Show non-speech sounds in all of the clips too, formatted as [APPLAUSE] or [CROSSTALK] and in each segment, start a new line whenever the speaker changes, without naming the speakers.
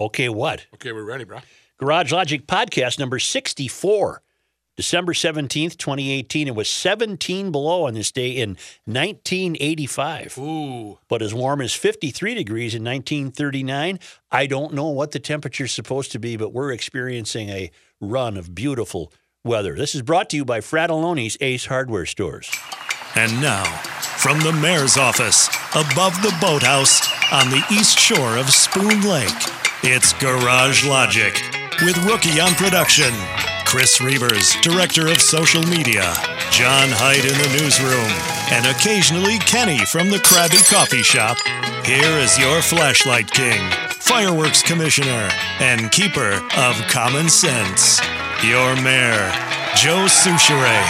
Okay, what?
Okay, we're ready, bro.
Garage Logic podcast number 64, December 17th, 2018. It was 17 below on this day in 1985,
Ooh.
but as warm as 53 degrees in 1939. I don't know what the temperature's supposed to be, but we're experiencing a run of beautiful weather. This is brought to you by Fratelloni's Ace Hardware Stores.
And now, from the mayor's office, above the boathouse, on the east shore of Spoon Lake, it's Garage Logic with Rookie on production, Chris Reavers, director of social media, John Hyde in the newsroom, and occasionally Kenny from the Krabby Coffee Shop. Here is your flashlight king, fireworks commissioner, and keeper of common sense, your mayor, Joe Souchere.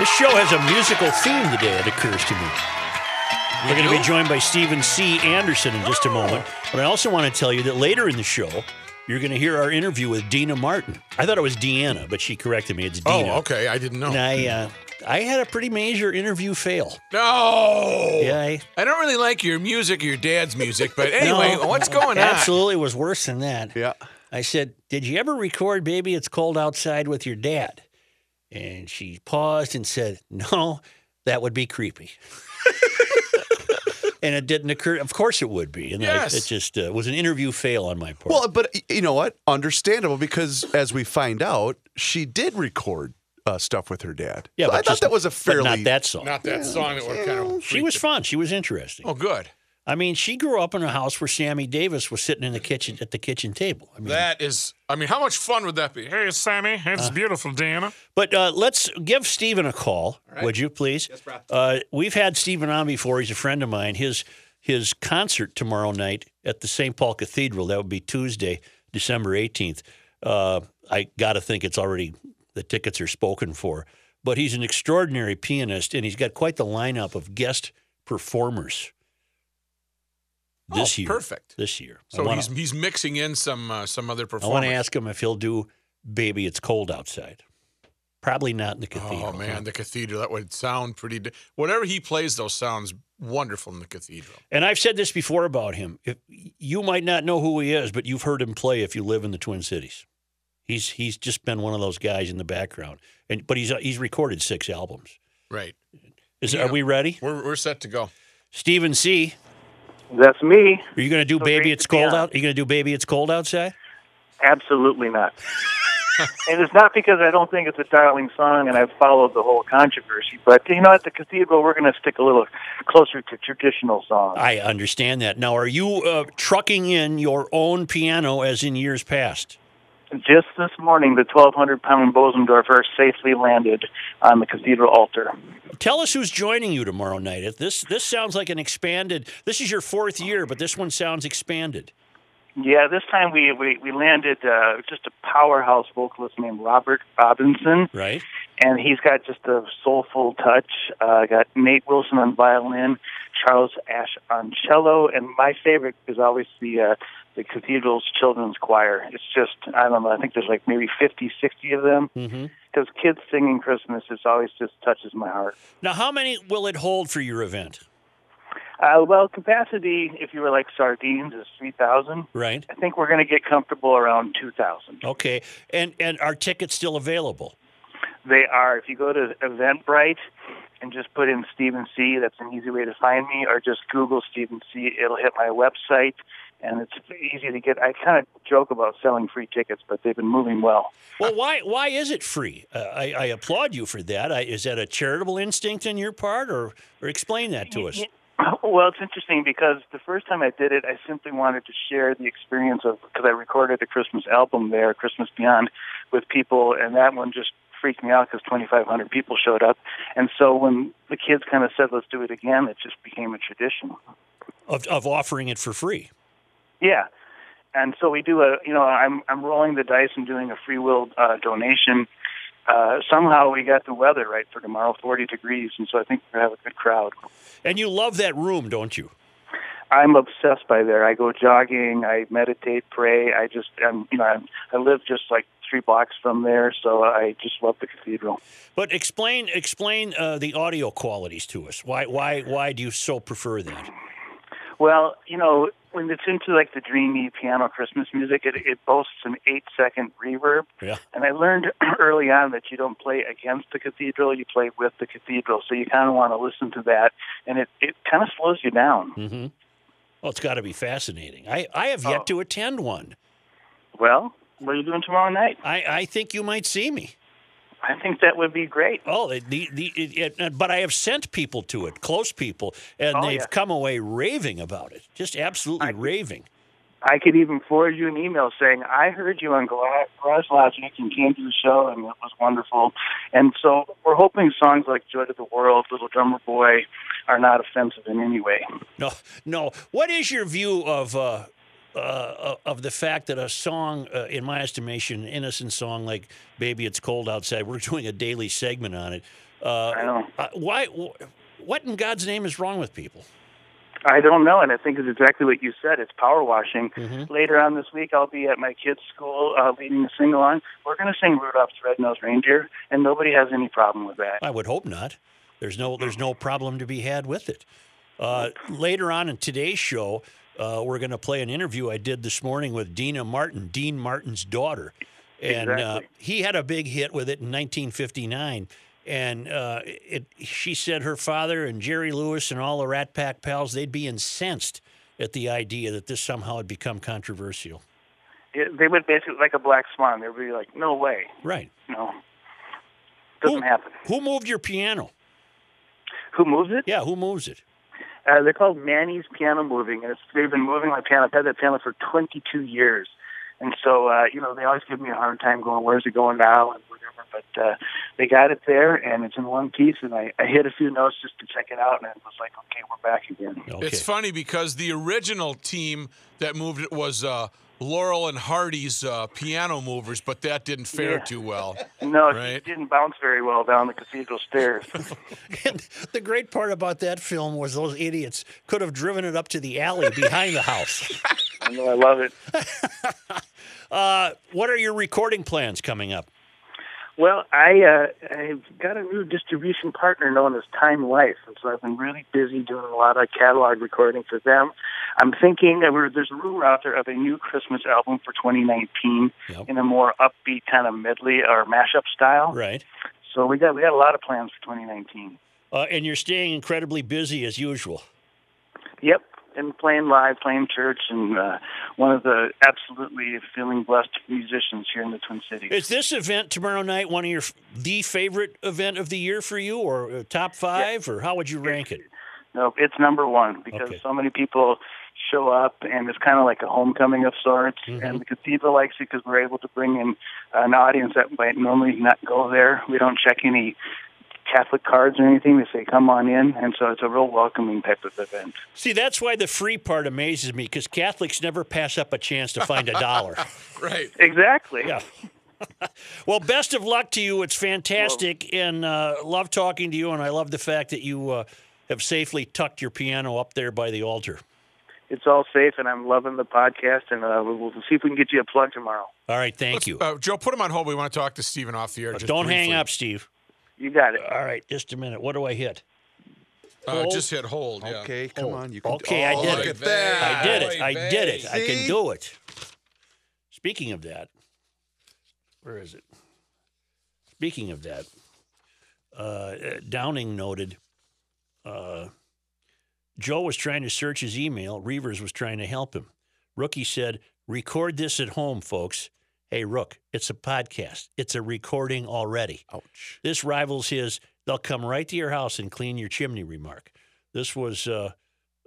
This show has a musical theme today, it occurs to me. We're going to be joined by Stephen C. Anderson in
Oh.
just a moment. But I also want to tell you that later in the show, you're going to hear our interview with Dina Martin. I thought it was Deanna, but she corrected me. It's
Oh,
Dina.
okay. I didn't know.
And I, uh, I had a pretty major interview fail.
No.
Yeah, I-
I don't really like your music, your dad's music, but anyway,
[LAUGHS] No,
what's going on?
Absolutely was worse than that.
Yeah.
I said, Did you ever record Baby It's Cold Outside with your dad? And she paused and said, No, that would be creepy. [LAUGHS] and it didn't occur. Of course it would be. And I-
Yes.
it just uh, was an interview fail on my part.
Well, but y- you know what? Understandable because as we find out, she did record uh, stuff with her dad.
yeah,
So
but
I thought
just-
that was a
but
fairly
Not that song.
Not that song that we're kind of.
she was fun. She was interesting.
Oh, good.
I mean, she grew up in a house where Sammy Davis was sitting in the kitchen at the kitchen table. I mean,
That is. I mean, how much fun would that be? Hey, Sammy,
Uh,
it's beautiful, Diana.
But uh, let's give Stephen a call, would you please? Yes, Brad. Uh, we've had Stephen on before. He's a friend of mine. His his concert tomorrow night at the St. Paul Cathedral. That would be Tuesday, December eighteenth. Uh, I gotta think it's already the tickets are spoken for. But he's an extraordinary pianist, and he's got quite the lineup of guest performers this
Oh,
year.
perfect.
This year. I
So
wanna-
he's he's mixing in some uh, some other
I
performance.
want to ask him if he'll do "Baby, It's Cold Outside." Probably not in the cathedral.
Oh man, the cathedral. That would sound pretty. d- Whatever he plays, though, sounds wonderful in the cathedral.
And I've said this before about him. If, you might not know who he is, but you've heard him play if you live in the Twin Cities. He's he's just been one of those guys in the background. And but he's uh, he's recorded six albums.
Right.
Is are we ready?
We're we're set to go.
Stephen C,
That's me.
are you going to do Baby
great
It's
to be
Cold
on.
Out? Are you going to do Baby It's Cold Outside?
Absolutely not. and it's not because I don't think it's a darling song and I've followed the whole controversy, but you know, at the cathedral, we're going to stick a little closer to traditional songs.
I understand that. Now, are you uh, trucking in your own piano as in years past?
Just this morning, the 1,200 pound Bosendorfer safely landed on the cathedral altar.
Tell us who's joining you tomorrow night. If This this sounds like an expanded. This is your fourth year, but this one sounds expanded.
Yeah, this time we, we, we landed uh, just a powerhouse vocalist named Robert Robinson.
Right.
and he's got just a soulful touch. Uh, got Nate Wilson on violin, Charles Ash on cello, and my favorite is always the uh, the cathedral's children's choir. It's just I don't know. I think there's like maybe fifty, sixty of them.
Mm-hmm.
Because kids singing Christmas, it's always just touches my heart.
Now, how many will it hold for your event?
Uh, well, capacity, if you were like sardines, is three thousand.
Right.
I think we're going to get comfortable around two thousand.
Okay. And and are tickets still available?
They are. If you go to Eventbrite and just put in Stephen C, that's an easy way to find me, or just Google Stephen C. It'll hit my website, and it's easy to get. I kind of joke about selling free tickets, but they've been moving well. [CLEARS THROAT]
Well, why why is it free? Uh, I, I applaud you for that. I, is that a charitable instinct on your part, or or explain that to us?
Well, it's interesting because the first time I did it, I simply wanted to share the experience of because I recorded a Christmas album there, Christmas Beyond, with people, and that one just freaked me out because 2,500 people showed up. And so when the kids kind of said, "Let's do it again," it just became a tradition.
Of of offering it for free.
Yeah. And so we do a, you know, I'm I'm rolling the dice and doing a free will uh, donation. Uh, somehow we got the weather right for tomorrow, 40 degrees, and so I think we're gonna have a good crowd.
And you love that room, don't you?
I'm obsessed by there. I go jogging, I meditate, pray. I just, I'm, you know, I'm, I live just like three blocks from there, so I just love the cathedral.
But explain explain uh, the audio qualities to us. Why why why do you so prefer that?
Well, you know, when it's into like the dreamy piano Christmas music, it, it boasts an eight second reverb.
Yeah.
And I learned [CLEARS THROAT] early on that you don't play against the cathedral, you play with the cathedral. So you kind of want to listen to that, and it, it kind of slows you down.
Well, it's got to be fascinating. I I have
Oh.
yet to attend one.
Well, what are you doing tomorrow night?
I I think you might see me.
I think that would be great.
Oh, the the, the it, it, but I have sent people to it, close people, and
Oh,
they've
yeah.
come away raving about it. Just absolutely raving.
I could even forward you an email saying, I heard you on Gar- Garage Logic and came to the show and it was wonderful. And so we're hoping songs like Joy to the World, Little Drummer Boy are not offensive in any way.
No, no. What is your view of uh, uh, of the fact that a song, uh, in my estimation, an innocent song like "Baby It's Cold Outside," we're [LAUGHS] doing a daily segment on it. Uh,
I know.
uh, why? wh- What in God's name is wrong with people?
I don't know, and I think it's exactly what you said. It's power washing. Later on this week, I'll be at my kids' school uh, leading a sing along. We're going to sing Rudolph's Red-Nosed Reindeer, and nobody has any problem with that.
I would hope not. There's no there's no problem to be had with it. Uh, later on in today's show, uh, we're going to play an interview I did this morning with Dina Martin, Dean Martin's daughter, and uh,
Exactly.
he had a big hit with it in 1959. And uh, it, she said her father and Jerry Lewis and all the Rat Pack pals they'd be incensed at the idea that this somehow had become controversial.
It, they would basically, like a black swan, they would be like, no way.
Right?
No. Doesn't
who,
happen.
Who moved your piano?
Who moves it?
Yeah, who moves it?
Uh, they're called Manny's Piano Moving, and it's, they've been moving my piano. I've had that piano for 22 years. And so, uh, you know, they always give me a hard time going, where's it going now and whatever. But uh, they got it there, and it's in one piece. And I, I hit a few notes just to check it out, and I was like, okay, we're back again.
Okay.
It's funny because the original team that moved it was uh, Laurel and Hardy's uh, piano movers, but that didn't fare
Yeah.
[LAUGHS]
too well.
No, it
Right.
didn't bounce very well down the cathedral stairs.
And the great part about that film was those idiots could have driven it up to the alley behind the house.
I know, I love it.
Uh, what are your recording plans coming up?
Well, I uh, I've got a new distribution partner known as Time Life, and so I've been really busy doing a lot of catalog recording for them. I'm thinking that we're, there's a rumor out there of a new Christmas album for 2019
Yep.
in a more upbeat kind of medley or mashup style.
Right.
So we got we got a lot of plans for 2019.
Uh, and you're staying incredibly busy as usual.
Yep, and playing live, playing church, and uh, one of the absolutely feeling blessed musicians here in the Twin Cities.
Is this event tomorrow night one of your f- the favorite event of the year for you, or uh, top five, or how would you rank it?
Nope, it's number one because
Okay.
so many people show up, and it's kind of like a homecoming of sorts.
Mm-hmm.
And the cathedral likes it because we're able to bring in an audience that might normally not go there. We don't check any Catholic cards or anything. They say, "Come on in," and so it's a real welcoming type of event.
See, that's why the free part amazes me because Catholics never pass up a chance to find a dollar.
Right.
Exactly.
Yeah. Well, best of luck to you. It's fantastic, and uh, love talking to you. And I love the fact that you uh, have safely tucked your piano up there by the altar.
It's all safe, and I'm loving the podcast. And uh, we'll we'll see if we can get you a plug tomorrow.
All right, thank you. Uh,
Uh, Joe, put him on hold. We want to talk to Steven off the air. just
Don't hang
briefly.
up, Steve.
You got it.
All right, just a minute. What do I hit?
Uh, just hit hold. yeah.
Okay, come on. You can
Okay, I
Oh,
did
look
it.
at that.
I did it. I
Oy
did it. I can
See?
do it. Speaking of that, where is it? Speaking of that, uh, Downing noted uh, Joe was trying to search his email. Reavers was trying to help him. Rookie said, record this at home, folks. Hey, Rook, it's a podcast. It's a recording already.
Ouch.
This rivals his, they'll come right to your house and clean your chimney remark. This was uh,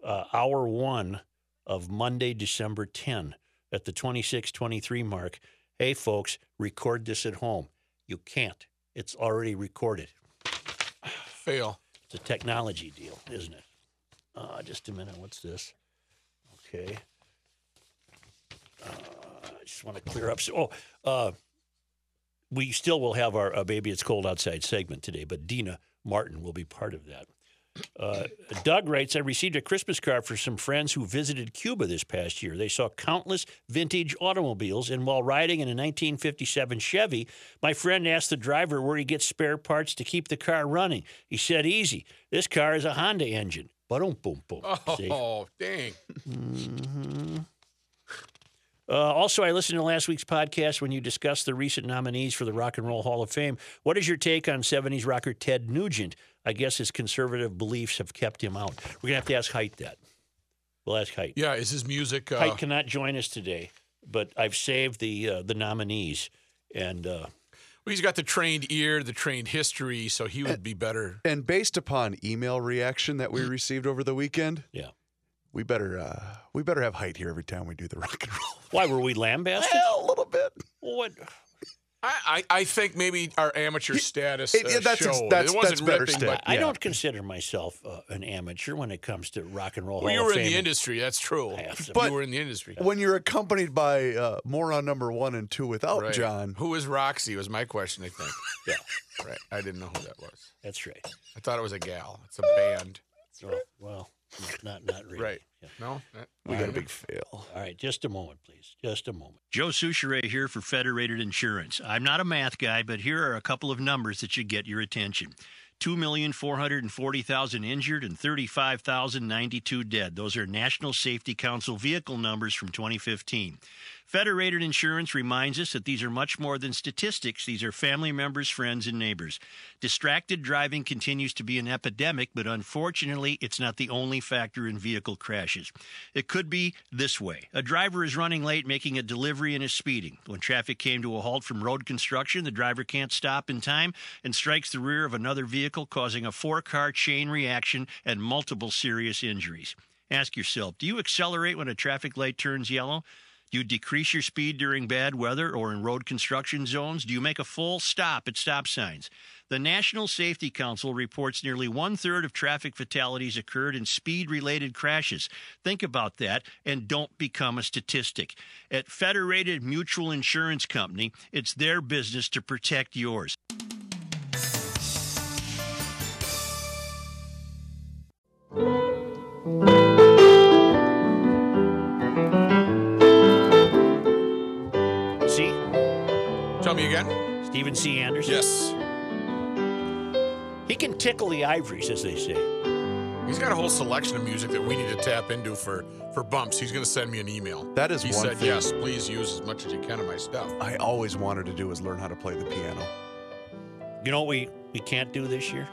uh, hour one of Monday, December 10 at the 26 23 mark. Hey, folks, record this at home. You can't, it's already recorded.
Fail.
It's a technology deal, isn't it? Uh, just a minute. What's this? Okay. Uh, I just want to clear up. So, oh, uh, we still will have our uh, Baby It's Cold Outside segment today, but Dina Martin will be part of that. Uh, Doug writes I received a Christmas card from some friends who visited Cuba this past year. They saw countless vintage automobiles, and while riding in a 1957 Chevy, my friend asked the driver where he gets spare parts to keep the car running. He said, Easy, this car is a Honda engine. Boom, boom, boom. See?
Oh, dang.
Uh, also, I listened to last week's podcast when you discussed the recent nominees for the Rock and Roll Hall of Fame. What is your take on 70s rocker Ted Nugent? I guess his conservative beliefs have kept him out. We're going to have to ask Height that. We'll ask Height.
Yeah, is his music. Uh,
Height cannot join us today, but I've saved the uh, the nominees. And uh,
well, he's got the trained ear, the trained history, so he
Uh,
would be better.
And based upon email reaction that we received over the weekend,
yeah.
we better uh, we better have height here every time we do the rock and roll. [LAUGHS]
Why were we lambasted?
Well, a little bit.
What?
I, I, I think maybe our amateur status uh,
it- yeah, that's ex-
showed.
that's-
it wasn't
that's better
ripping,
stat.
but
I
Yeah.
don't consider myself uh, an amateur when it comes to Rock and Roll
well, you
Hall
were
of
in
Fame.
the industry. That's true.
I have some-
you were in the industry.
When you're accompanied by uh, moron number one and two without
Right.
John,
Who is Roxy? Was my question,
[LAUGHS]
I think.
Yeah,
right. I didn't know who that was.
that's right.
I thought it was a gal. It's a band.
Oh, well, not not really.
Right.
Yeah.
No?
we got a big fail.
All right, just a moment, please. Just a moment. Joe Souchere here for Federated Insurance. I'm not a math guy, but here are a couple of numbers that should get your attention. 2,440,000 injured and 35,092 dead. Those are National Safety Council vehicle numbers from 2015. Federated Insurance reminds us that these are much more than statistics. These are family members, friends, and neighbors. Distracted driving continues to be an epidemic, but unfortunately, it's not the only factor in vehicle crashes. It could be this way a driver is running late, making a delivery, and is speeding. When traffic came to a halt from road construction, the driver can't stop in time and strikes the rear of another vehicle, causing a four car chain reaction and multiple serious injuries. Ask yourself do you accelerate when a traffic light turns yellow? Do you decrease your speed during bad weather or in road construction zones? Do you make a full stop at stop signs? The National Safety Council reports nearly one third of traffic fatalities occurred in speed related crashes. Think about that and don't become a statistic. At Federated Mutual Insurance Company, it's their business to protect yours. See?
Tell me again.
Stephen C. Anderson?
Yes.
He can tickle the ivories, as they say.
He's got a whole selection of music that we need to tap into for, for bumps. He's going to send me an email.
That is
He
one
said,
thing.
yes, please use as much as you can of my stuff.
I always wanted to do is learn how to play the piano.
You know what we, we can't do this year?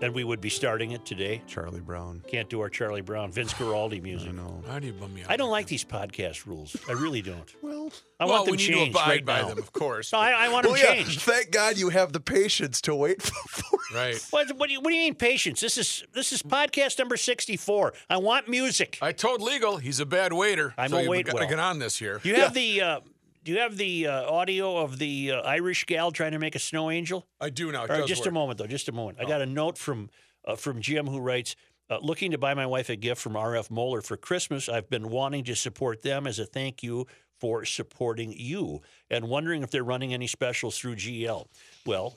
And we would be starting it today.
Charlie Brown.
Can't do our Charlie Brown, Vince
[SIGHS]
Guaraldi music.
I know.
How do you bum me out?
I don't like these podcast rules. I really don't.
Well,
I
well,
want them
we need
changed
to abide
right
by
now.
them, of
[LAUGHS]
course.
No, I, I want
well,
them
yeah.
changed.
Thank God you have the patience to wait [LAUGHS] for. for
right.
What, what, do you, what do you mean patience? This is this is podcast number sixty-four. I want music.
I told legal he's a bad waiter.
I'm
so
a
you've
wait
got to
well.
get on this here.
Do you have the uh, Do you have the uh, audio of the uh, Irish gal trying to make a snow angel?
I do now. It
All right,
does
just
work. Oh.
a moment though. Just a moment. I got a note from uh, from Jim who writes. Uh, looking to buy my wife a gift from RF Moeller for Christmas. I've been wanting to support them as a thank you for supporting you and wondering if they're running any specials through GL. Well,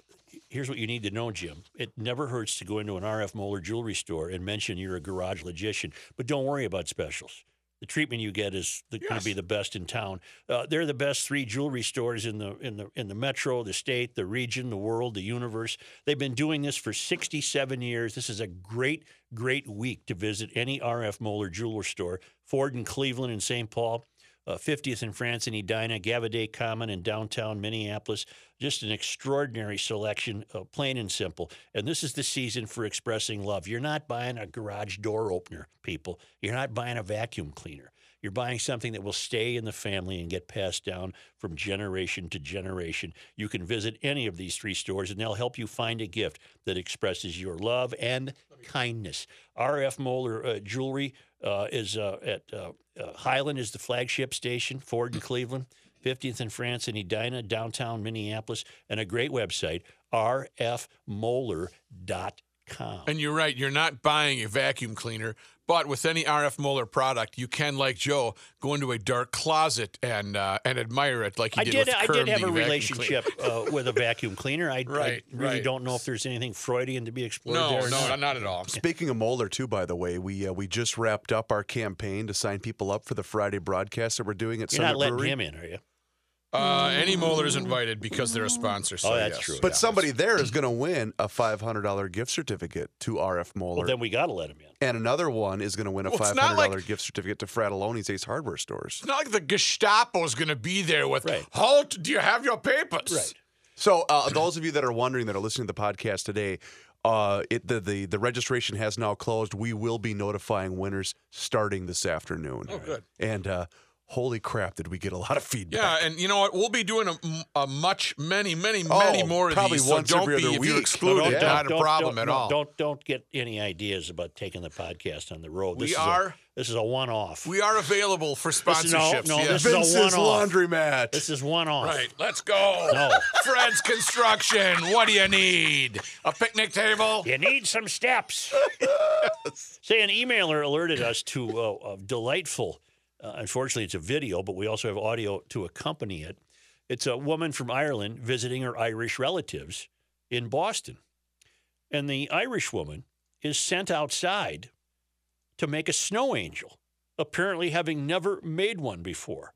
here's what you need to know, Jim. It never hurts to go into an RF Moeller jewelry store and mention you're a garage logician, but don't worry about specials. The treatment you get is going to be the best in town. Uh, they're the best three jewelry stores in the in the in the metro, the state, the region, the world, the universe. They've been doing this for 67 years. This is a great great week to visit any RF Moeller jeweler store. Ford in Cleveland and St. Paul uh, 50th in France in Edina, Gavaday Common in downtown Minneapolis. Just an extraordinary selection, uh, plain and simple. And this is the season for expressing love. You're not buying a garage door opener, people. You're not buying a vacuum cleaner. You're buying something that will stay in the family and get passed down from generation to generation. You can visit any of these three stores and they'll help you find a gift that expresses your love and kindness. RF Moeller uh, Jewelry uh, is uh, at uh, uh, Highland is the flagship station, Ford and Cleveland. 50th in France in Edina, downtown Minneapolis, and a great website, rfmoeller.com.
And you're right, you're not buying a vacuum cleaner, but with any RF Moeller product, you can, like Joe, go into a dark closet and uh, and admire it, like he
I
did.
did.
with
I
Curb,
did have
the
a
vacuum cleaner.
relationship uh, with a vacuum cleaner. I, I
[LAUGHS] Right,
really
right.
don't know if there's anything Freudian to be explored
No,
there. or
no,
not.
not. not at all.
Speaking of Moeller, too, by the way, we uh, we just wrapped up our campaign to sign people up for the Friday broadcast that we're doing at
You're
Summit
not letting
Brewery.
him in, are you?
Uh, any Moeller is invited because they're a sponsor. So
Oh, that's
yes.
true.
But
Yeah.
somebody there is going to win a five hundred dollar gift certificate to RF Moeller,
Well, then we got to let him in.
and another one is going to win a
Well, it's
five
not
hundred
like-
dollar gift certificate to Fratelloni's Ace Hardware Stores.
It's not like the Gestapo is going to be there with
Right.
halt. Do you have your papers?
Right.
So, uh, those of you that are wondering that are listening to the podcast today, uh, it, the, the the registration has now closed. We will be notifying winners starting this afternoon. Oh,
good.
And uh, holy crap, did we get a lot of feedback?
Yeah, and you know what? We'll be doing a, a much, many, many,
Oh,
many more of
probably
these.
once
so don't
every
be
other
if you're
week.
excluded.
No, don't-
not a
don't-
problem
don't-
at
no,
all.
Don't don't get any ideas about taking the podcast on the road.
We
This is a-
are-
this is a one-off.
We are available for
This- no,
sponsorships.
no,
yes.
this is a
Vince's
one-off.
laundromat.
This is one-off.
Right, let's go.
No.
Fred's Construction, what do you need? A picnic table?
You need some
[LAUGHS]
steps. Say, an emailer alerted us to uh, a delightful, uh, unfortunately, it's a video, but we also have audio to accompany it. It's a woman from Ireland visiting her Irish relatives in Boston. And the Irish woman is sent outside to make a snow angel, apparently having never made one before.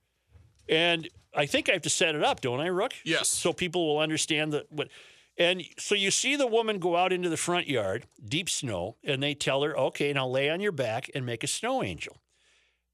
And I think I have to set it up, don't I, Rook?
Yes.
So people will understand that what. And so you see the woman go out into the front yard, deep snow, and they tell her, okay, now lay on your back and make a snow angel.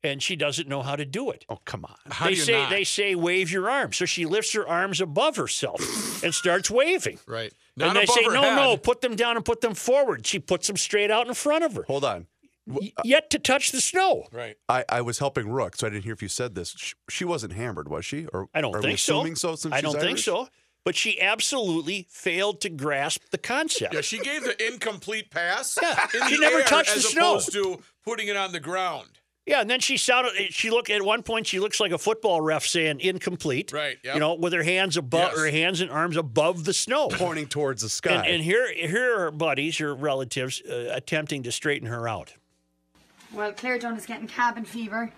And she doesn't know how to do it
oh, come on.
How
they
do you
say
not?
they say wave your arms. So she lifts her arms above herself and starts waving.
right. Not
and they
above
say,
her
no,
head.
no, put them down and put them forward. She puts them straight out in front of her,
Hold on.
y- yet to touch the snow.
Right.
I, I was helping Rook, so I didn't hear if you said this. She, she wasn't hammered, was she? Or
I don't
are we
think so.
assuming so. Since
I
she's
don't think
Irish?
so. But she absolutely failed to grasp the concept.
Yeah, she gave the incomplete pass.
Yeah,
in
she
the
never
air
touched the
as
snow.
opposed to putting it on the ground.
Yeah, and then she sounded. She looked at one point. She looks like a football ref saying incomplete.
Right, yep.
You know, with her hands above,
Yes.
her hands and arms above the snow.
[LAUGHS] Pointing towards the sky.
And, and here, here are her buddies, her relatives, uh, attempting to straighten her out.
Well, Claire Dunn is getting cabin fever.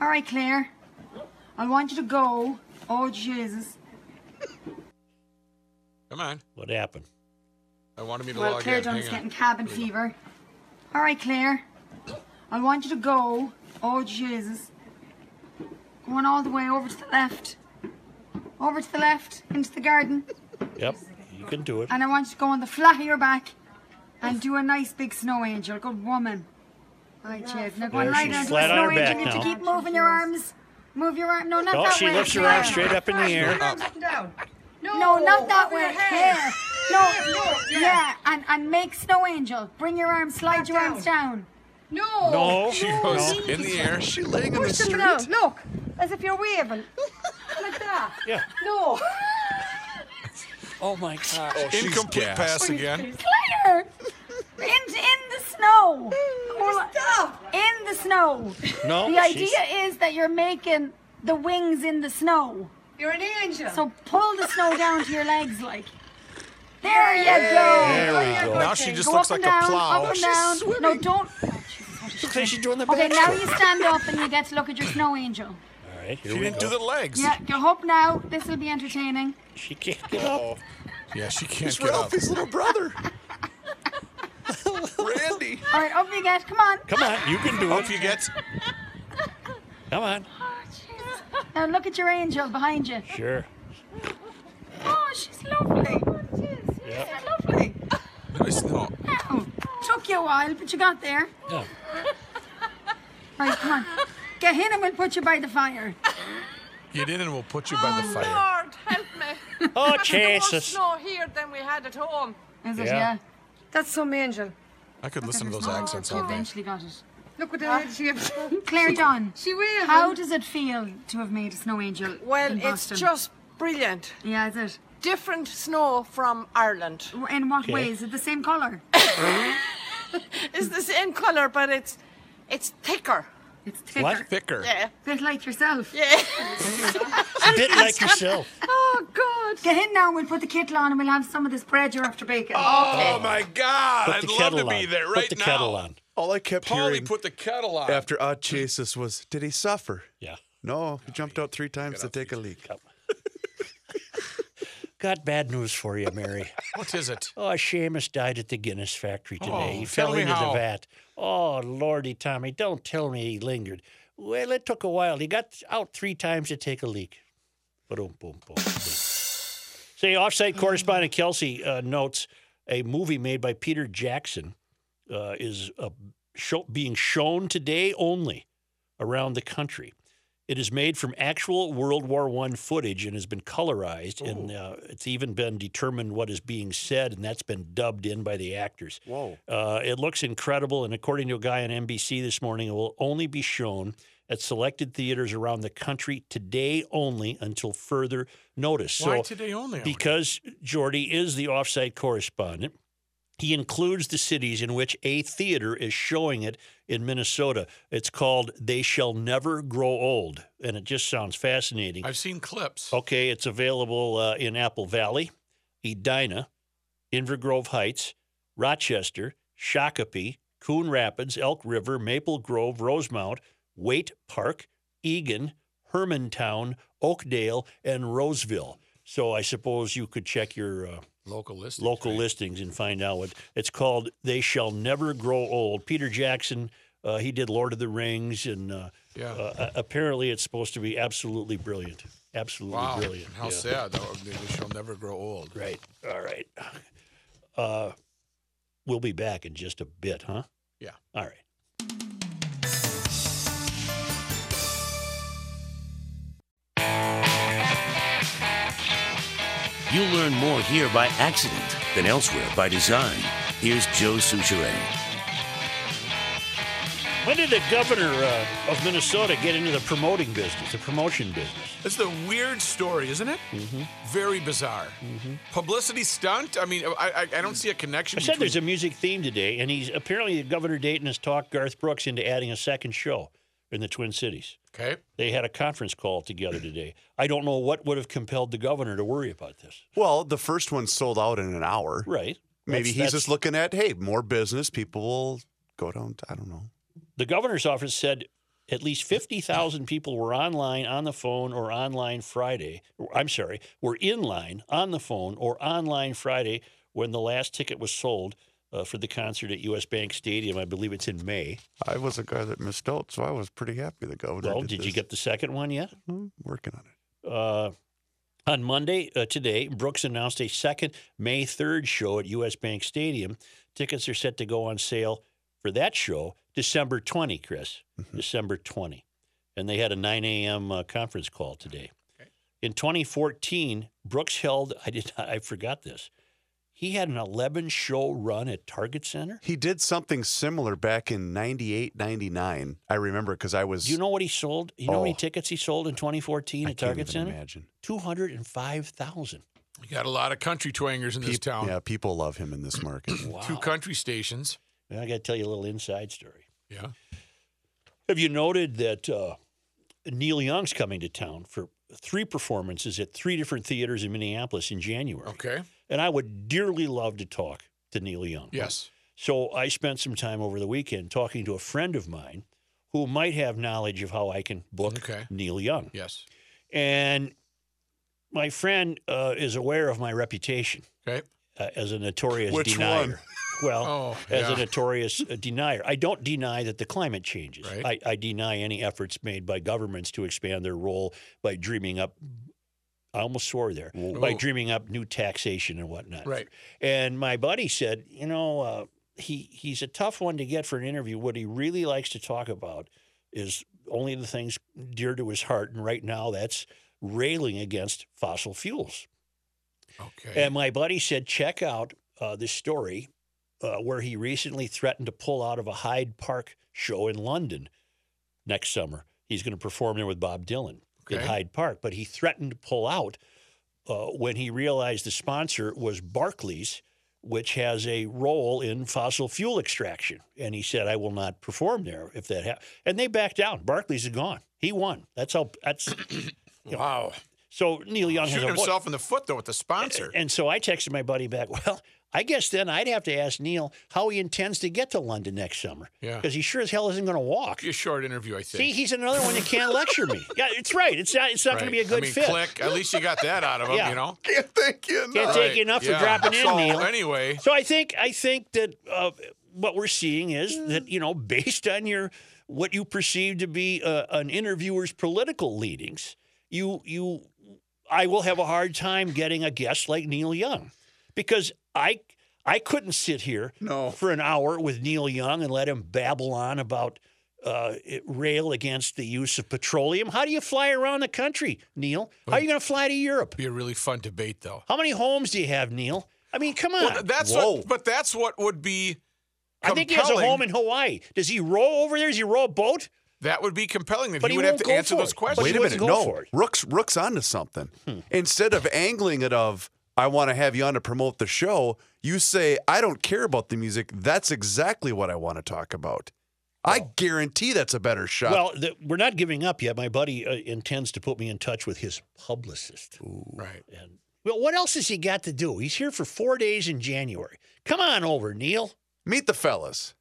All right, Claire. I want you to go. Oh, Jesus.
Come on.
What happened?
I wanted me to
Well,
log
Claire
in.
Dunn is
Hang on.
getting cabin fever. All right, Claire. I want you to go. Oh, Jesus. Going all the way over to the left. Over to the left, into the garden.
Yep, you can do it.
And I want you to go on the flat of your back and do a nice big snow angel. Good woman. All right, cheers. Now go and
There
lie
she's
down. Do
flat
a
on
snow
her back
angel. You have to
now.
keep moving your arms. Move your arm. No, not
Oh,
that
she
way.
lifts her
Claire.
arms straight up in the air.
No, not that way. Here. No, yeah. and, and make snow angel. Bring your arms, slide your arms down. No.
No,
[LAUGHS] She was in the air.
she laying on the
Push them
street.
out. Look, as if you're waving. like that.
Yeah.
No.
Oh my God.
Oh, she's incomplete
gassed.
pass again.
Claire. In, in the snow. Stop. In the snow.
No.
The idea is that you're making the wings in the snow.
You're an angel.
So pull the snow down to your legs, like. There you go.
There we go.
Now she just
go
looks
up
like
and
a
down,
plow.
Up and
She's
down.
swimming.
No, don't.
Looks like she's doing the
Okay,
back
now
stroke.
you stand up and you get to look at your snow angel.
All right, here
She
we
didn't do
go.
the legs.
Yeah, go up now. This will be entertaining.
She can't get up.
Yeah, she can't
It's
get up.
Ralphie's little brother. Randy.
All right, up you get. Come on.
Come on, you can do
Hope you
it.
get.
Come on.
Now look at your angel behind you.
Sure.
Oh, she's lovely. Yeah. Lovely.
No.
Oh, took you a while, but you got there.
Yeah.
Right, come on. Get in and we'll put you by the fire. Oh,
Get in and we'll put you by the fire.
Lord, help me.
Oh
More
Jesus.
snow here than we had at home.
Is it?
Yeah.
Yeah.
That's some angel.
I could listen to those
Oh,
accents
she
all day.
eventually got it. Look what uh, she have. Claire John.
She will.
How does it feel to have made a snow angel?
Well,
in
it's
Boston?
just brilliant.
Yeah, is it?
Different snow from Ireland.
In what way is it the same color?
[LAUGHS] It's the same color, but it's it's thicker.
It's thicker.
Thicker.
Yeah.
Bit like yourself.
Yeah.
A
[LAUGHS]
bit like yourself.
Oh God.
Get in now. We'll put the kettle on and we'll have some of this bread you're after baking.
Oh my God!
Put
I'd
the
love
kettle
to be
on.
there
Put
right
the
now.
kettle on.
All I kept hearing
Paulie put the kettle on.
after Ah Jesus was, did he suffer?
Yeah.
No, he jumped out three times to take a leak.
Got bad news for you,
[LAUGHS]
Mary.
What is
[LAUGHS]
it?
Oh, Seamus died at the Guinness factory today.
Oh,
he
tell
fell
me
into
how.
the vat. Oh, Lordy Tommy, don't tell me he lingered. Well, it took a while. He got out three times to take a leak. Boom, boom, boom. Say, offsite correspondent Kelsey uh, notes a movie made by Peter Jackson uh, is uh, show, being shown today only around the country. It is made from actual World War I footage and has been colorized, and uh, it's even been determined what is being said, and that's been dubbed in by the actors.
Whoa.
Uh, it looks incredible, and according to a guy on NBC this morning, it will only be shown at selected theaters around the country today only until further notice.
Why
so,
today only? I wonder?
because Jordy is the offsite correspondent, he includes the cities in which a theater is showing it in Minnesota. It's called They Shall Never Grow Old, and it just sounds fascinating.
I've seen clips.
Okay, it's available uh, in Apple Valley, Edina, Invergrove Heights, Rochester, Shakopee, Coon Rapids, Elk River, Maple Grove, Rosemount, Waite Park, Egan, Hermantown, Oakdale, and Roseville. So I suppose you could check your uh,
Local list.
local listings and find out what it's called. They shall never grow old. Peter Jackson, uh, he did Lord of the Rings, and uh,
Yeah.
uh, a- apparently it's supposed to be absolutely brilliant. Absolutely
Wow.
brilliant.
How
Yeah.
sad. That would be- They shall never grow old.
Right. All right. [LAUGHS] Uh, we'll be back in just a bit, huh?
Yeah.
All right.
You learn more here by accident than elsewhere by design. Here's Joe Souchere.
When did the governor uh, of Minnesota get into the promoting business, the promotion business?
It's the weird story, isn't it? Mm-hmm. Very bizarre. Publicity stunt. I mean, I, I, I don't see a connection.
Mm-hmm. I said
between
there's a music theme today, and he's apparently Governor Dayton has talked Garth Brooks into adding a second show in the Twin Cities.
Okay.
They had a conference call together today. I don't know what would have compelled the governor to worry about this.
Well, the first one sold out in an hour.
Right.
Maybe
That's-
he's
that's-
just looking at, hey, more business. People will go down. I don't know.
The governor's office said at least 50,000 people were online on the phone or online Friday. or, I'm sorry, were in line on the phone or online Friday when the last ticket was sold uh, for the concert at US Bank Stadium. I believe it's in May.
I was a guy that missed out, so I was pretty happy the governor.
Well,
did,
did you
this.
get the second one yet?
Hmm, working on it?
Uh, on Monday, uh, today, Brooks announced a second May 3rd show at US Bank Stadium. Tickets are set to go on sale for that show December 20, Chris.
Mm-hmm.
December 20. And they had a 9 a.m. Uh, conference call today. In 2014, Brooks held, [LAUGHS] I did not, I forgot this. He had an 11 show run at Target Center.
He did something similar back in 98, 99. I remember because I was.
Do you know what he sold? You know how many
Oh.
tickets he sold in 2014
I
at
can't
Target
even
Center?
imagine.
205,000.
You got a lot of country twangers in this
Peop-
town.
Yeah, people love him in this market.
Two country stations.
And I got to tell you a little inside story.
Yeah.
Have you noted that uh, Neil Young's coming to town for three performances at three different theaters in Minneapolis in January?
Okay.
And I would dearly love to talk to Neil Young.
Yes.
So I spent some time over the weekend talking to a friend of mine who might have knowledge of how I can book
Okay.
Neil Young.
Yes.
And my friend uh, is aware of my reputation
Okay.
uh, as a notorious
Which
denier.
one?
[LAUGHS] Well,
Oh,
as
yeah.
a notorious uh, denier, I don't deny that the climate changes.
Right.
I, I deny any efforts made by governments to expand their role by dreaming up. I almost swore there by
Ooh.
dreaming up new taxation and whatnot.
Oh. Right.
And my buddy said, you know, uh, he he's a tough one to get for an interview. What he really likes to talk about is only the things dear to his heart, and right now that's railing against fossil fuels.
Okay.
And my buddy said, check out uh, this story uh, where he recently threatened to pull out of a Hyde Park show in London next summer. He's going to perform there with Bob Dylan
Okay.
in Hyde Park, but he threatened to pull out uh, when he realized the sponsor was Barclays, which has a role in fossil fuel extraction. And he said, "I will not perform there if that happens." And they backed down. Barclays is gone. He won. That's how. That's
wow.
So Neil Young has
Shooting
a voice.
himself in the foot though with the sponsor.
And so I texted my buddy back, [LAUGHS] well, I guess then I'd have to ask Neil how he intends to get to London next summer.
Yeah.
Because he sure as hell isn't going to walk.
Be a short interview, I think.
See, he's another one that can't lecture
[LAUGHS]
me. Yeah, it's right. It's not. It's not going to be a
Right.
good
I mean,
fit.
Click. At least you got that out of him,
Yeah.
you know.
Can't thank you
Can't take
Right.
you enough
Yeah.
for dropping in,
So,
Neil.
anyway.
so I think I think that uh, what we're seeing is that you know, based on your what you perceive to be uh, an interviewer's political leadings, you you I will have a hard time getting a guest like Neil Young because I I couldn't sit here for an hour with Neil Young and let him babble on about. Uh, it- rail against the use of petroleum. How do you fly around the country, Neil? How are you going to fly to Europe?
Be a really fun debate though.
How many homes do you have, Neil? I mean, come on.
Well, that's what, but that's what would be.
I think he has a
compelling.
home in Hawaii. Does he row over there? Does he row a boat?
That would be compelling. That
But
he
he
would have
won't
to
go
answer
for
those
it.
questions.
But
Wait
he
a minute.
wouldn't go
No,
for it. Hmm.
Rook's Rook's onto something. Instead of angling it of I want to have you on to promote the show, you say I don't care about the music. That's exactly what I want to talk about. I guarantee that's a better shot.
Well, the, we're not giving up yet. My buddy uh, intends to put me in touch with his publicist.
Right.
And well, what else has he got to do? He's here for four days in January. Come on over, Neil.
Meet the fellas.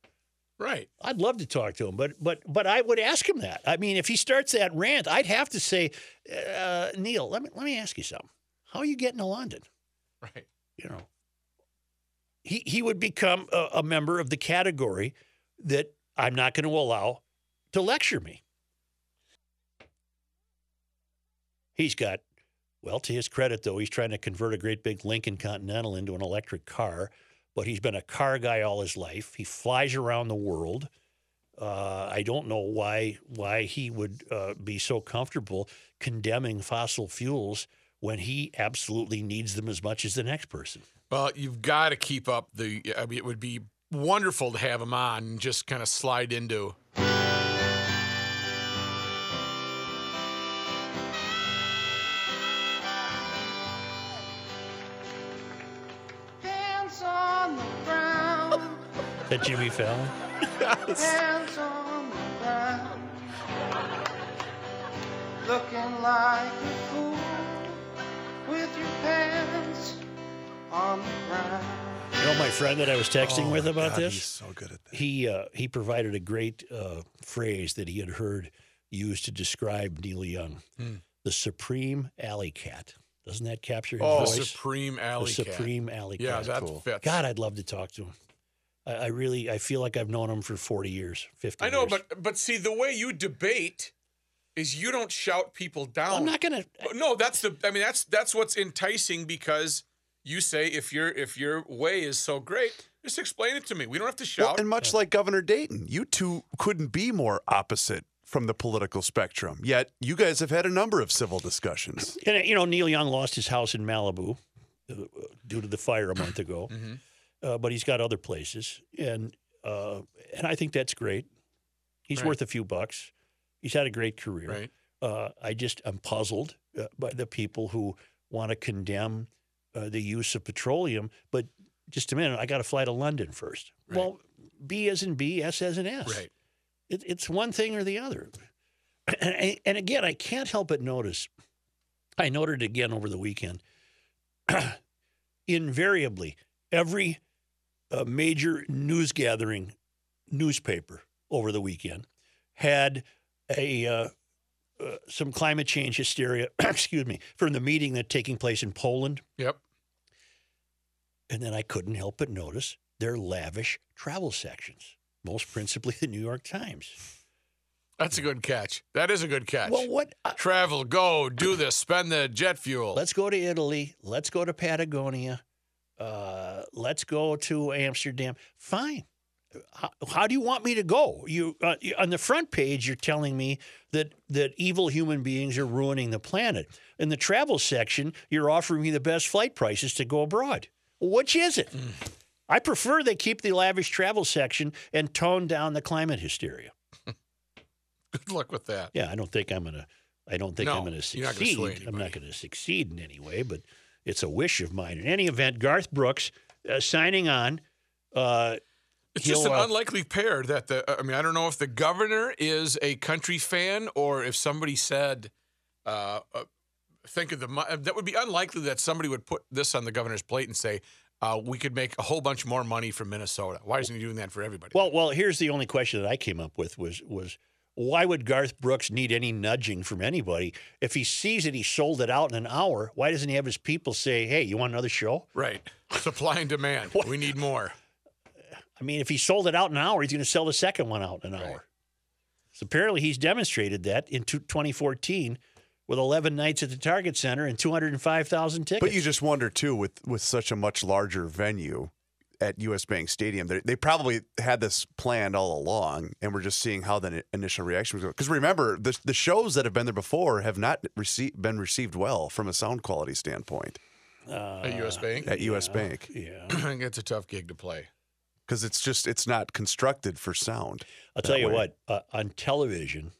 Right.
I'd love to talk to him, but but but I would ask him that. I mean, if he starts that rant, I'd have to say, uh, Neil, let me let me ask you something. How are you getting to London?
Right.
you know, he he would become a, a member of the category that I'm not going to allow to lecture me. He's got, well, to his credit though, he's trying to convert a great big Lincoln Continental into an electric car, but he's been a car guy all his life. He flies around the world. Uh, I don't know why why he would uh, be so comfortable condemning fossil fuels when he absolutely needs them as much as the next person.
Well, you've got to keep up the. I mean, it would be wonderful to have him on and just kind of slide into.
Hands on the ground.
Is that Jimmy Fallon?
Hands on the ground. Looking like a fool with your pants on the ground.
You know my friend that I was
Oh,
texting with about this?
good at
he uh, he provided a great uh, phrase that he had heard used to describe Neil Young,
Hmm.
the supreme alley cat. Doesn't that capture his
Oh,
voice?
Supreme
the
Alley Cat.
supreme alley
Yeah,
cat.
that fits.
God, I'd love to talk to him. I, I really, I feel like I've known him for forty years, fifty.
I know,
years.
but but see, the way you debate is you don't shout people down.
I'm not gonna.
No, that's the. I mean, that's that's what's enticing because you say if your if your way is so great, just explain it to me. We don't have to shout.
Well, and much like Governor Dayton, you two couldn't be more opposite from the political spectrum. Yet you guys have had a number of civil discussions.
And, uh, you know, Neil Young lost his house in Malibu uh, due to the fire a month ago,
Mm-hmm.
uh, but he's got other places, and uh, and I think that's great. He's
Right.
worth a few bucks. He's had a great career.
right.
Uh, I just am puzzled uh, by the people who want to condemn uh, the use of petroleum, but just a minute, I got to fly to London first.
Right.
Well, B as in B, S as in S
Right.
it, it's one thing or the other. [CLEARS THROAT] And, I- and again, I can't help but notice. I noted it again over the weekend. [CLEARS THROAT] Invariably, every uh, major news gathering newspaper over the weekend had a uh, uh, some climate change hysteria. [CLEARS THROAT] excuse me, from the meeting that's taking place in Poland.
Yep.
And then I couldn't help but notice their lavish travel sections, most principally the New York Times.
That's a good catch. That is a good catch.
Well, what?
Travel, go, do this, spend the jet fuel.
Let's go to Italy. Let's go to Patagonia. Uh, let's go to Amsterdam. Fine. How, how do you want me to go? You uh, you- on the front page, you're telling me that that evil human beings are ruining the planet. In the Mm. travel section, you're offering me the best flight prices to go abroad. Which is it? I prefer they keep the lavish travel section and tone down the climate hysteria.
Good luck with that.
Yeah, I don't think I'm gonna. I don't think
No,
I'm gonna
you're not gonna
succeed.
sway
I'm not gonna succeed in any way, but it's a wish of mine. In any event, Garth Brooks uh, signing on. Uh,
It's just an
he'll, uh,
unlikely pair that the. uh, I mean, I don't know if the governor is a country fan or if somebody said, uh, uh, think of the. mo- uh, That would be unlikely that somebody would put this on the governor's plate and say, uh, we could make a whole bunch more money from Minnesota. Why isn't he doing that for everybody?
Well, well, here's the only question that I came up with was was why would Garth Brooks need any nudging from anybody if he sees that he sold it out in an hour? Why doesn't he have his people say, "Hey, you want another show?"
Right, supply
[LAUGHS]
and demand. We need more.
I mean, if he sold it out in an hour, he's going to sell the second one out in an hour. So apparently, he's demonstrated that in two- 2014 with 11 nights at the Target Center and 205,000 tickets.
But you just wonder too, with with such a much larger venue at U.S. Bank Stadium, they, they probably had this planned all along, and we're just seeing how the ni- initial reaction was going. Because remember, the the shows that have been there before have not received been received well from a sound quality standpoint
at U.S. Bank.
at U.S. Bank
Uh, Yeah,
[CLEARS THROAT] it's a tough gig to play.
because it's just it's not constructed for sound.
I'll
that
tell you
way.
what, uh, on television,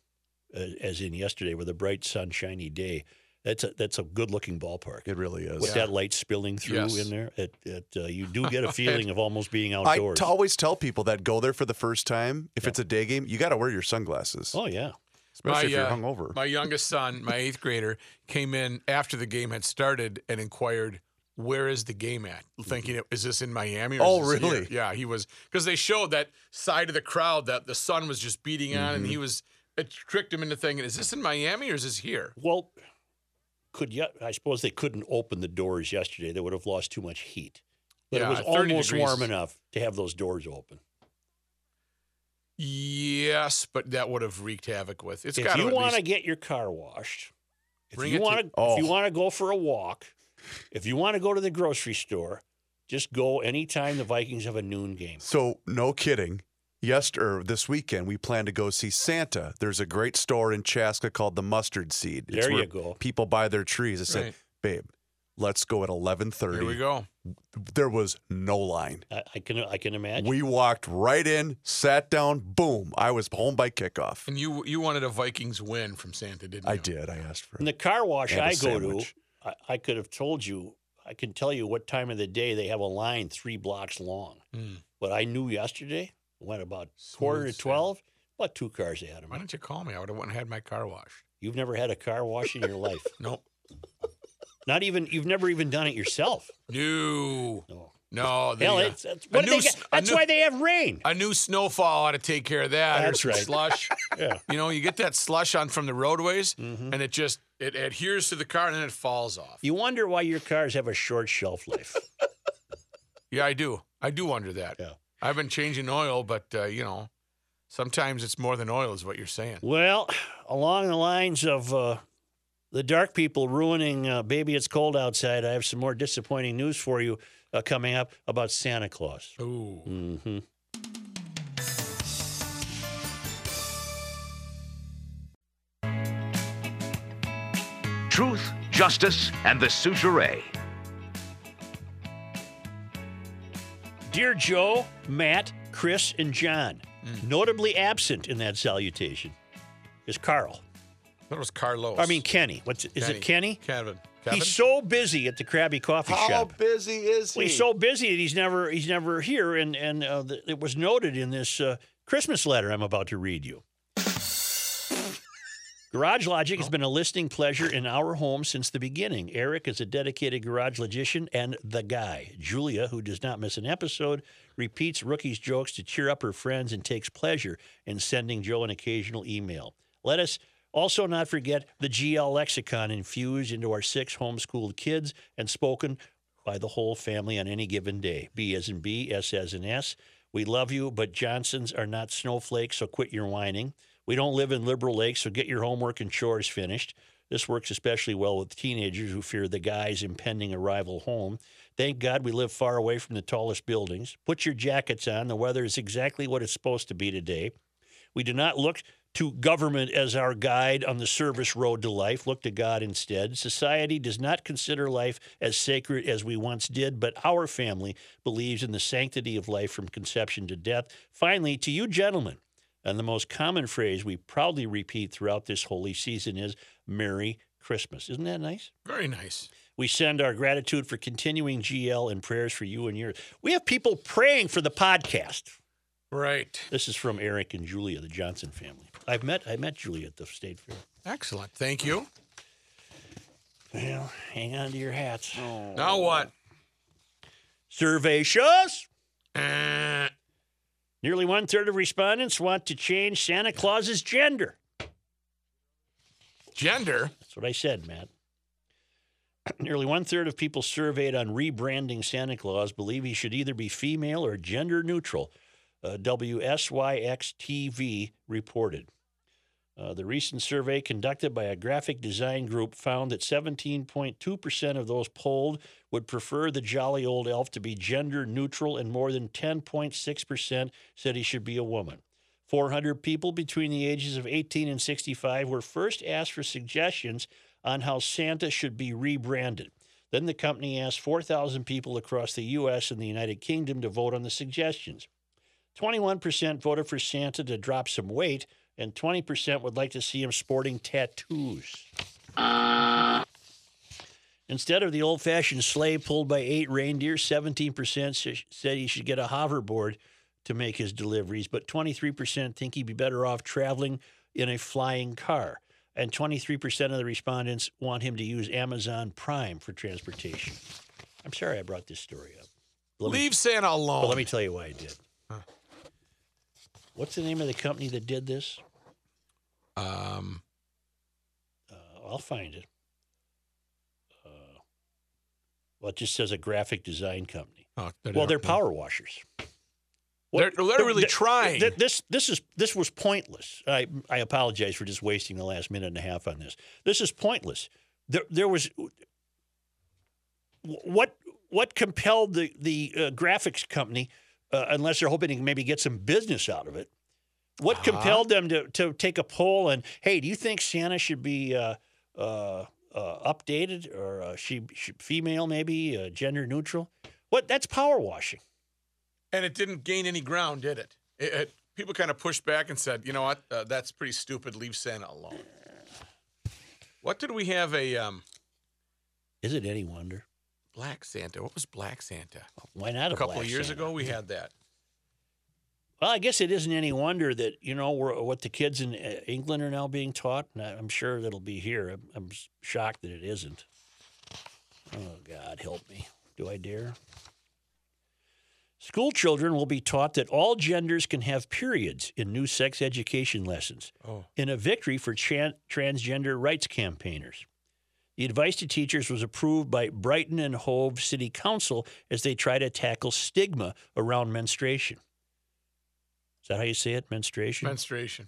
uh, as in yesterday with a bright sunshiny day, that's a, that's a good looking ballpark.
It really is.
With
Yeah.
that light spilling through
Yes.
in there, it, it, uh, you
[LAUGHS]
do get a feeling of almost being
I
outdoors.
t- always tell people that go there for the first time. If it's a day game, you got to wear your sunglasses.
Oh yeah,
especially if you're
uh,
hungover.
My youngest son, my eighth grader, came in after the game had started and inquired, "Where is the game at?" Thinking, "Is this in Miami?"
Mm-hmm.
Or is
Oh,
this here?"
really?
Yeah, he was because they showed that side of the crowd that the sun was just beating on, and he
Mm-hmm.
was it tricked him into thinking, "Is this in Miami or is this here?"
Well, could yet I suppose they couldn't open the doors yesterday. They would have lost too much heat. But
Yeah,
it was
30
almost
degrees.
warm enough to have those doors open.
Yes, but that would have wreaked havoc with. It's
if
got
you
to
want to get your car washed, if
Bring
you
it to-
want to,
Oh.
if you want to go for a walk, if you want to go to the grocery store, just go anytime the Vikings have a noon game.
So, no kidding. Yesterday, or this weekend, we plan to go see Santa. There's a great store in Chaska called the Mustard Seed.
There you
where
go.
People buy their trees. I said,
Right.
babe, let's go at 11:30.
Here we go.
There was no line.
I, I can I can imagine.
We walked right in, sat down, boom. I was home by kickoff.
and you you wanted a Vikings win from Santa, didn't you?
I did. I asked for
And the car wash
And a
I go to,
sandwich.
I, I could have told you. I can tell you what time of the day they have a line three blocks long.
Hmm.
But I knew yesterday, went about quarter to
Smooth
12, about two cars ahead of
Why
me.
didn't you call me? I would have went and had my car washed.
You've never had a car wash in your
[LAUGHS]
life.
Nope.
Not even, you've never even done it yourself.
No. No.
Hell,
uh,
it's- that's-
a
what do they
new
get-
s- a
that's
new-
why they have rain.
A new snowfall ought to take care of that. or
That's
some
right.
Slush.
Yeah.
You know, you get that slush on from the roadways,
Mm-hmm.
and it just it adheres to the car and then it falls off.
You wonder why your cars have a short shelf
[LAUGHS]
life.
Yeah, I do. I do wonder that.
Yeah.
I've been changing oil, but uh, you know, sometimes it's more than oil, is what you're saying.
Well, along the lines of uh, the dark people ruining uh, Baby It's Cold Outside, I have some more disappointing news for you uh, coming up about Santa Claus.
Ooh.
hmm
Truth, Justice, and the Suture.
Dear Joe, Matt, Chris, and John, notably absent in that salutation is Carl.
That was Carlos.
I mean, Kenny. What's Is it Kenny?
Kevin. Kevin.
He's so busy at the Krabby Coffee Shop.
busy is
Well, he's so busy that he's never he's never here, and and uh, th- it was noted in this uh, Christmas letter I'm about to read you. Garage Logic has been a listening pleasure in our home since the beginning. Eric is a dedicated garage logician and the guy. Julia, who does not miss an episode, repeats Rookie's jokes to cheer up her friends and takes pleasure in sending Joe an occasional email. Let us also not forget the GL lexicon infused into our six homeschooled kids and spoken by the whole family on any given day. B as in B, S as in S. We love you, but Johnsons are not snowflakes, so quit your whining. We don't live in liberal lakes, so get your homework and chores finished. This works especially well with teenagers who fear the guy's impending arrival home. Thank God we live far away from the tallest buildings. Put your jackets on. The weather is exactly what it's supposed to be today. We do not look to government as our guide on the service road to life. Look to God instead. Society does not consider life as sacred as we once did, but our family believes in the sanctity of life from conception to death. Finally, to you, gentlemen, and the most common phrase we proudly repeat throughout this holy season is Merry Christmas. Isn't that nice?
Very nice.
We send our gratitude for continuing GL and prayers for you and yours. We have people praying for the podcast.
Right.
This is from Eric and Julia, the Johnson family. I've met I met Julia at the state fair.
Excellent. Thank you.
Well, hang on to your hats. Oh.
Now what?
Servatius.
Eh,
Nearly one third of respondents want to change Santa Claus's gender.
Gender?
That's what I said, Matt. [CLEARS THROAT] Nearly one third of people surveyed on rebranding Santa Claus believe he should either be female or gender neutral, uh, WSYX TV reported. Uh, the recent survey conducted by a graphic design group found that 17.2% of those polled would prefer the jolly old elf to be gender neutral, and more than 10.6% said he should be a woman. 400 people between the ages of 18 and 65 were first asked for suggestions on how Santa should be rebranded. Then the company asked 4,000 people across the U.S. and the United Kingdom to vote on the suggestions. 21% voted for Santa to drop some weight, and 20% would like to see him sporting tattoos. Instead of the old fashioned sleigh pulled by eight reindeer, 17% s- said he should get a hoverboard to make his deliveries, but 23% think he'd be better off traveling in a flying car. And 23% of the respondents want him to use Amazon Prime for transportation. I'm sorry I brought this story up. Let me-
Leave Santa alone.
But Oh, let me tell you why I did. What's the name of the company that did this?
Um,
Uh, I'll find it. Uh, well, it just says a graphic design company.
oh,
well, they're power washers.
They're literally trying.
th- this this is this was pointless. I I apologize for just wasting the last minute and a half on this. This is pointless. There there was what what compelled the the uh, graphics company, uh, unless they're hoping to maybe get some business out of it. What compelled them to to take a poll and hey, do you think Santa should be uh, uh, uh, updated or uh, she, she female maybe uh, gender neutral? What that's power washing.
And it didn't gain any ground, did it? It, it- people kind of pushed back and said, "You know what? Uh, that's pretty stupid. Leave Santa alone." What did we have a um,
Is it any wonder?
Black Santa? What was Black Santa?
Why not a,
a couple
black
of years
Santa?
ago, we had that.
Well, I guess it isn't any wonder that you know we're, what the kids in uh, England are now being taught, and I- I'm sure that'll be here. I'm, I'm s- shocked that it isn't. Oh God, help me! Do I dare? School children will be taught that all genders can have periods in new sex education lessons.
Oh.
In a victory for tran- transgender rights campaigners. The advice to teachers was approved by Brighton and Hove City Council as they try to tackle stigma around menstruation. Is that how you say it? Menstruation?
Menstruation.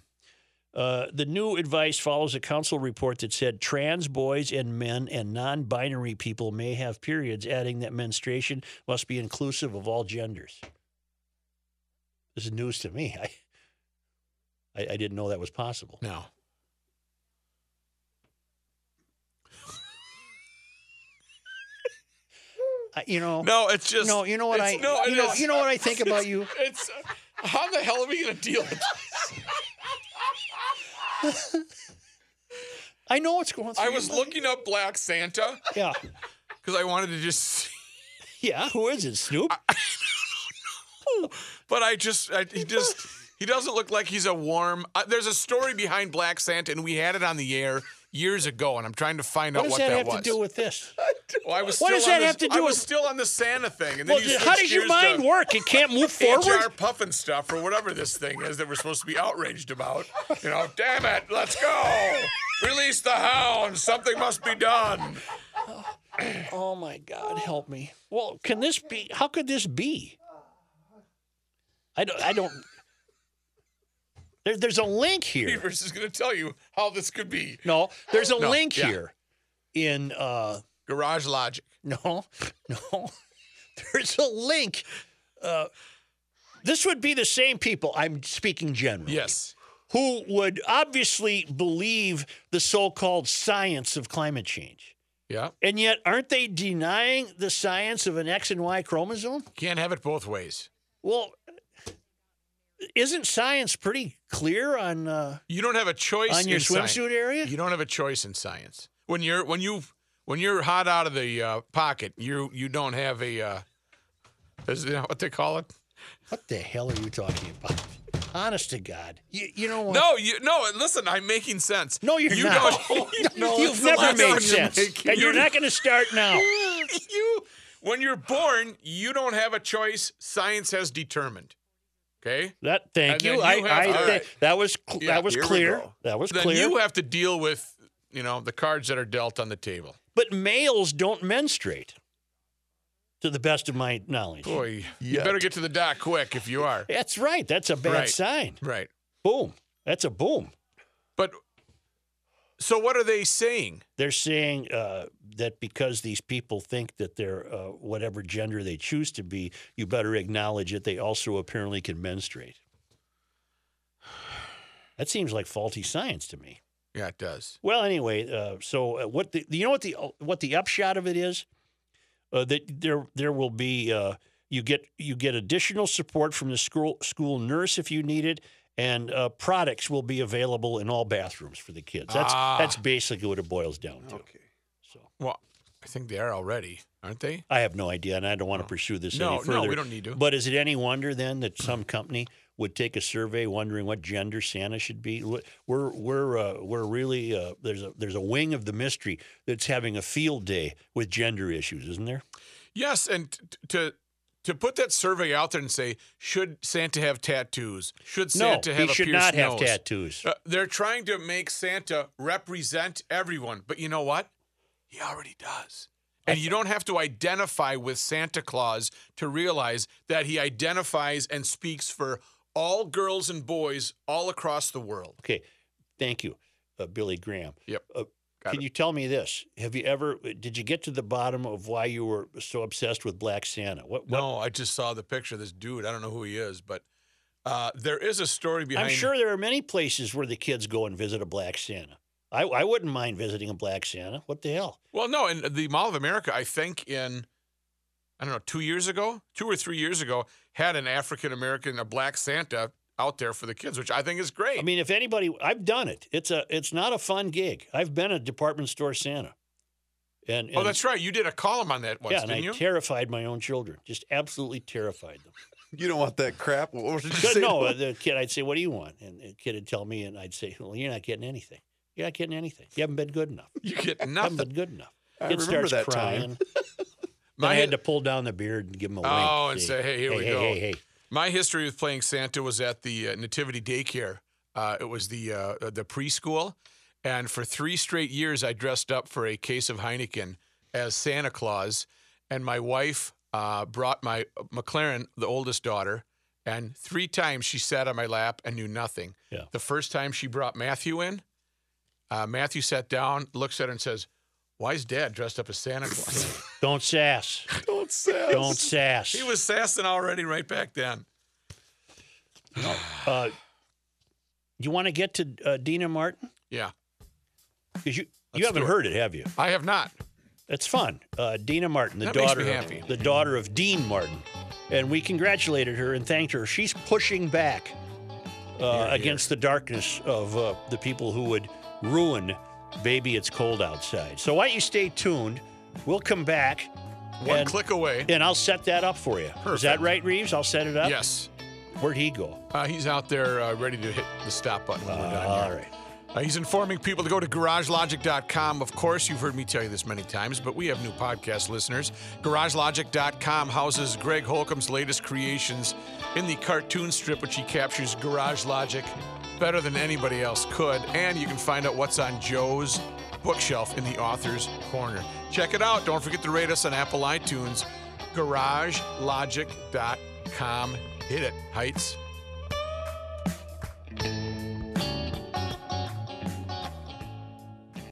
Uh, the new advice follows a council report that said trans boys and men and non binary people may have periods, adding that menstruation must be inclusive of all genders. This is news to me. [LAUGHS] I, I, I didn't know that was possible.
No.
I, you know,
No, it's just
No, you know what
it's-
I-
no,
you
it
know-
is.
you know what I think
[LAUGHS]
about you?
It's, how the hell are we gonna deal with
[LAUGHS]
this?
I know what's going on.
I was looking up Black Santa
Yeah.
because I wanted to just see.
Yeah. Who is it, Snoop?
But I just, I, he just, he doesn't look like he's a warm. Uh, there's a story behind Black Santa, and we had it on the air years ago, and I'm trying to find
What
out
does
what
that,
that,
have
was.
to do with this?
Well, I was
what
still
does
on
that
this-
have to do
I was
with-
still on the Santa thing, and then
Well,
you
how
switched
does your
gears to
mind work? It can't
[LAUGHS]
move
HR
forward.
puffin stuff or whatever this thing is that we're supposed to be outraged about. You know, damn it, let's go. Release the hound. Something must be done.
Oh my God, help me! Well, can this be? How could this be? I don't. I don't. There, there's a link here.
[LAUGHS] Beavers is going to tell you how this could be.
No, there's a
No,
link
yeah.
here. In uh,
Garage logic.
no, no. [LAUGHS] There's a link. Uh, this would be the same people. I'm speaking generally.
Yes.
who would obviously believe the so called science of climate change.
Yeah.
And yet, aren't they denying the science of an X and Y chromosome?
Can't have it both ways.
Well, isn't science pretty clear on. Uh,
You don't have a choice
On your
in science.
swimsuit area?
You don't have a choice in science. When you're when you when you're hot out of the uh, pocket, you you don't have a uh, is that what they call it?
what the hell are you talking about? [LAUGHS] Honest to God. You, you know what?
No, you no. Listen, I'm making sense.
No, you're
you
not. [LAUGHS]
Don't, [LAUGHS] No, it's
You've
the
never
last
made
time you're
sense.
making-
and you're not going to start
[LAUGHS]
now.
you when you're born, you don't have a choice. Science has determined. Okay.
That thank
And
you.
then
I,
you
I
have- all
thi-
right.
that was cl-
Yeah,
that was
here we
clear.
go.
That was
then
clear.
you have to deal with you know the cards that are dealt on the table.
but males don't menstruate, to the best of my knowledge.
Boy, you better get to the dock quick if you are.
That's right. That's a bad
Right.
sign.
Right.
Boom. That's a boom.
But so what are they saying?
They're saying uh, that because these people think that they're uh, whatever gender they choose to be, you better acknowledge it. They also apparently can menstruate. [SIGHS] That seems like faulty science to me.
Yeah, it does.
Well, anyway, uh, so uh, what the you know what the what the upshot of it is uh, that there there will be uh, you get you get additional support from the school school nurse if you need it, and uh, products will be available in all bathrooms for the kids. That's
Ah.
that's basically what it boils down to.
Well, I think they are already, aren't they?
I have no idea, and I don't want to pursue this
No,
any
no,
further.
we don't need to.
But is it any wonder then that some company would take a survey wondering what gender Santa should be? L- We're we're uh, we're really uh, there's a there's a wing of the mystery that's having a field day with gender issues, isn't there?
Yes, and t- t- to to put that survey out there and say, should Santa have tattoos? Should Santa
no,
have
he
a
should
pierced
not have
nose?
tattoos.
Uh, they're trying to make Santa represent everyone, but you know what? He already does. And you don't have to identify with Santa Claus to realize that he identifies and speaks for all girls and boys all across the world.
Okay, thank you, uh, Billy Graham.
Yep.
Uh, can you tell me this? Have you ever did you get to the bottom of why you were so obsessed with Black Santa? What? what
No, I just saw the picture of this dude. I don't know who he is, but uh, there is a story behind
I'm sure there are many places where the kids go and visit a Black Santa. I, I wouldn't mind visiting a Black Santa. What the hell?
Well, no, and the Mall of America, I think in I don't know, two years ago, two or three years ago, had an African American, a black Santa out there for the kids, which I think is great.
I mean, if anybody, I've done it. It's a it's not a fun gig. I've been a department store Santa, and,
oh,
and-
that's right. You did a column on that once,
yeah, and
didn't
I
you?
terrified my own children. Just absolutely terrified
[LAUGHS]
them.
You don't want that crap. What did you
But
say?
no,
[LAUGHS]
uh, the kid, I'd say, "What do you want?" And the kid would tell me, and I'd say, "Well, you're not getting anything. You're not getting anything. You haven't been good enough. You
you
[LAUGHS]
get
haven't
nothing.
been good enough."
I
Kid
remember
starts
that time.
crying. Then I had to pull down the beard and give him a wink.
Oh, and
See,
say, hey, here we
hey,
go.
Hey, hey, hey.
My history with playing Santa was at the uh, Nativity Daycare. Uh, it was the uh, the preschool, and for three straight years, I dressed up for a case of Heineken as Santa Claus, and my wife uh, brought my McLaren, the oldest daughter, and three times she sat on my lap and knew nothing.
Yeah.
The first time she brought Matthew in, uh, Matthew sat down, looks at her, and says, "Why is Dad dressed up as Santa
[LAUGHS]
Claus?"
Don't
[LAUGHS]
sass.
Don't say.
Don't sass.
he was sassing already right back then.
Uh, you want to get to uh, Dina Martin?
Yeah,
'Cause you you
Let's
haven't
do it.
heard it, have you?
I have not.
It's fun. Uh, Dina Martin, the
That makes
daughter,
me
of-
happy.
the daughter of Dean Martin, and we congratulated her and thanked her. She's pushing back uh, against the darkness of uh, the people who would ruin "Baby It's Cold Outside." So why don't you stay tuned? We'll come back,
One
and,
click away.
and I'll set that up for you. Is that
Perfect.
right, Reeves? I'll set it up.
Yes.
Where'd he go?
Uh, he's out there uh, ready to hit the stop button when we're done
All
here.
right.
Uh, he's informing people to go to garagelogic.com. Of course, you've heard me tell you this many times, but we have new podcast listeners. Garagelogic.com houses Greg Holcomb's latest creations in the cartoon strip, which he captures Garage Logic better than anybody else could. And you can find out what's on Joe's bookshelf in the author's corner. Check it out. Don't forget to rate us on Apple iTunes. GarageLogic.com. Hit it, Heights.